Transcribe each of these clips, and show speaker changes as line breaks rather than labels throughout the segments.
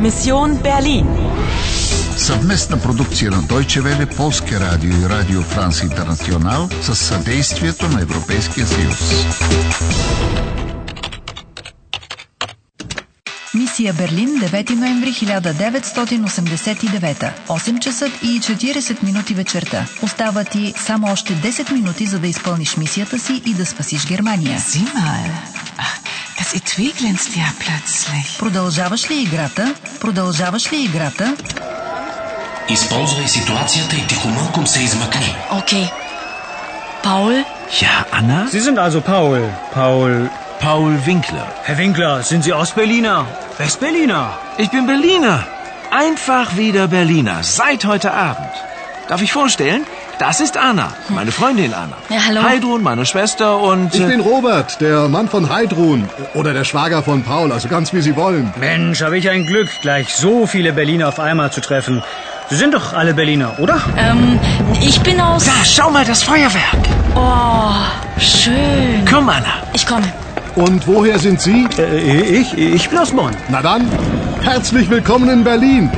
Mission Berlin.
Съвместна продукция на Deutsche Welle, Полския радио и Радио Франс Интернационал с съдействието на Европейския съюз.
Мисия Берлин, 9 ноември 1989. 8 часа и 40 минути вечерта. Остава ти само още 10 минути, за да изпълниш мисията си и да спасиш Германия.
Sieh mal, Ach, das Etui glänzt ja plötzlich.
Продължаваш ли играта? Продължаваш ли играта?
Използвай ситуацията и тихомълком се измъкни.
Okay. Paul?
Ja, Anna?
Sie sind also Paul. Paul.
Paul Winkler.
Herr Winkler, sind Sie Ostberliner? Westberliner?
Ich bin Berliner. Einfach wieder Berliner. Seit heute Abend. Darf ich vorstellen? Das ist Anna, meine Freundin Anna.
Ja, hallo.
Heidrun, meine Schwester und...
Ich
äh,
bin Robert, der Mann von Heidrun. Oder der Schwager von Paul, also ganz wie Sie
äh,
wollen.
Mensch, habe ich ein Glück, gleich so viele Berliner auf einmal zu treffen. Sie sind doch alle Berliner, oder?
Ähm, ich bin aus.
Da, schau mal das Feuerwerk.
Oh, schön.
Komm, Anna.
Ich komme.
Und woher sind Sie?
Äh, ich, ich bin aus Bonn.
Na dann, herzlich willkommen in Berlin. Äh,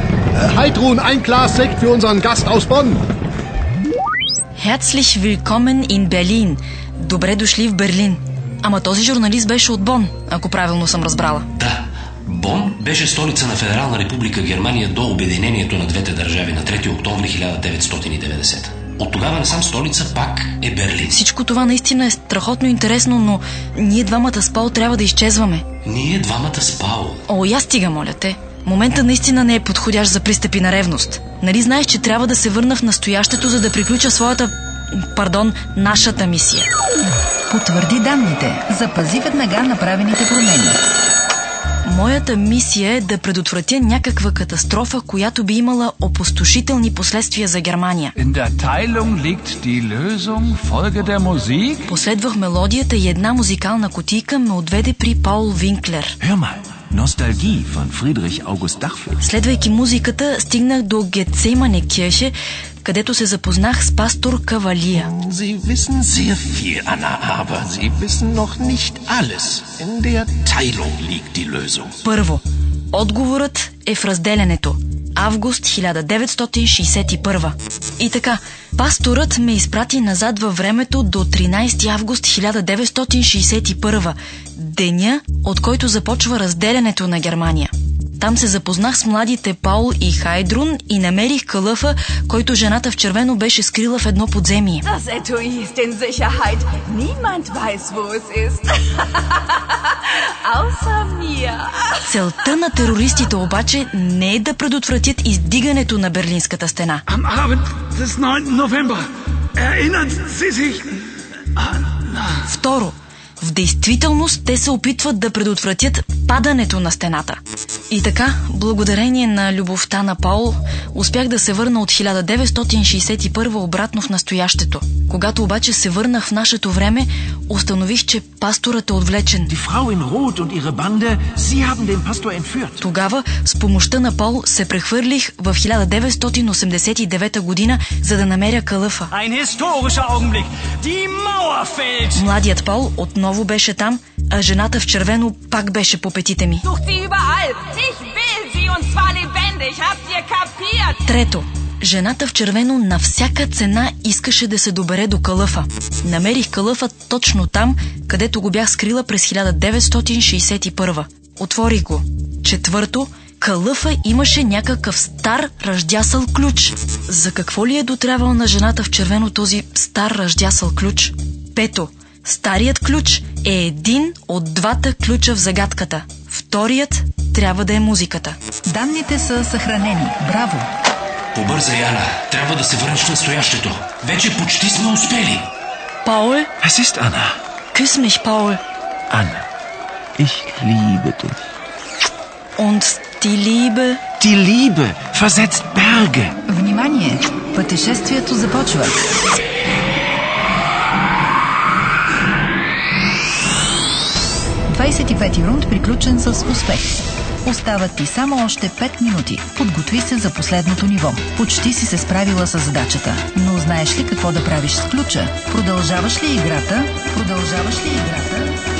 Heidrun, ein Glas Sekt für unseren Gast aus Bonn.
Herzlich willkommen in Berlin. Добре дошли в Берлин. Ама този журналист беше от Бон, ако правилно съм разбрала.
Да, Бон беше столица на Федерална република Германия до обединението на двете държави на 3 октомври 1990. От тогава насам столица пак е Берлин.
Всичко това наистина е страхотно интересно, но ние двамата с Пол трябва да изчезваме.
Ние двамата с Паул.
О, я стига, моля те. Момента наистина не е подходящ за пристъпи на ревност. Нали знаеш, че трябва да се върна в настоящето, за да приключа своята... Пардон, нашата мисия.
Потвърди данните. Запази веднага направените промени.
Моята мисия е да предотвратя някаква катастрофа, която би имала опустошителни последствия за Германия.
In der Teilung liegt die Lösung. Folge der Musik.
Последвах мелодията и една музикална котийка ме отведе при Пол Винклер.
Hör mal, Nostalgie von Friedrich August Dachfeld.
Следвайки музиката, стигнах до Гецеймане Кеше, където се запознах с пастор Кавалия.
Sie wissen sehr viel, Anna, aber Sie wissen noch nicht alles. In der Teilung liegt die Lösung.
Първо, отговорът е в разделянето. Август 1961. И така, пасторът ме изпрати назад във времето до 13 август 1961, деня, от който започва разделянето на Германия. Там се запознах с младите Паул и Хайдрун и намерих калъфа, който жената в червено беше скрила в едно подземие.
Das Etui ist in Sicherheit. Niemand weiß, wo es ist. Außer mir.
Целта на терористите обаче не е да предотвратят издигането на Берлинската стена.
Am Abend des 9. November. Erinnern Sie sich
Второ, в действителност те се опитват да предотвратят падането на стената. И така, благодарение на любовта на Паул, успях да се върна от 1961 обратно в настоящето. Когато обаче се върнах в нашето време, установих, че пасторът е отвлечен.
Die Frau in Rot und ihre Bande, Sie haben den Pastor entführt.
Тогава с помощта на Пол се прехвърлих в 1989 година, за да намеря калъфа.
Ein historischer Augenblick. Die Mauer fällt.
Младият Пол отново беше там, а жената в червено пак беше по петите ми.
Sucht sie überall. Ich will sie und zwar lebendig. Habt ihr kapiert?
Трето, жената в червено на всяка цена искаше да се добере до калъфа. Намерих калъфа точно там, където го бях скрила през 1961. Отворих го. Четвърто, калъфа имаше някакъв стар ръждясъл ключ. За какво ли е дотрябвал на жената в червено този стар ръждясъл ключ? Пето, старият ключ е един от двата ключа в загадката. Вторият трябва да е музиката.
Данните са съхранени. Браво!
Побързай, Яна. Трябва да се върнеш в настоящето. Вече почти сме успели.
Паул,
Was ist, Anna?
küss mich, Paul.
Anna, ich liebe dich.
Und die Liebe.
Die Liebe versetzt Berge.
Внимание! Пътешествието започва. ти рунд приключен с успех. Остават ти само още 5 минути. Подготви се за последното ниво. Почти си се справила с задачата. Но знаеш ли какво да правиш с ключа? Продължаваш ли играта? Продължаваш ли играта?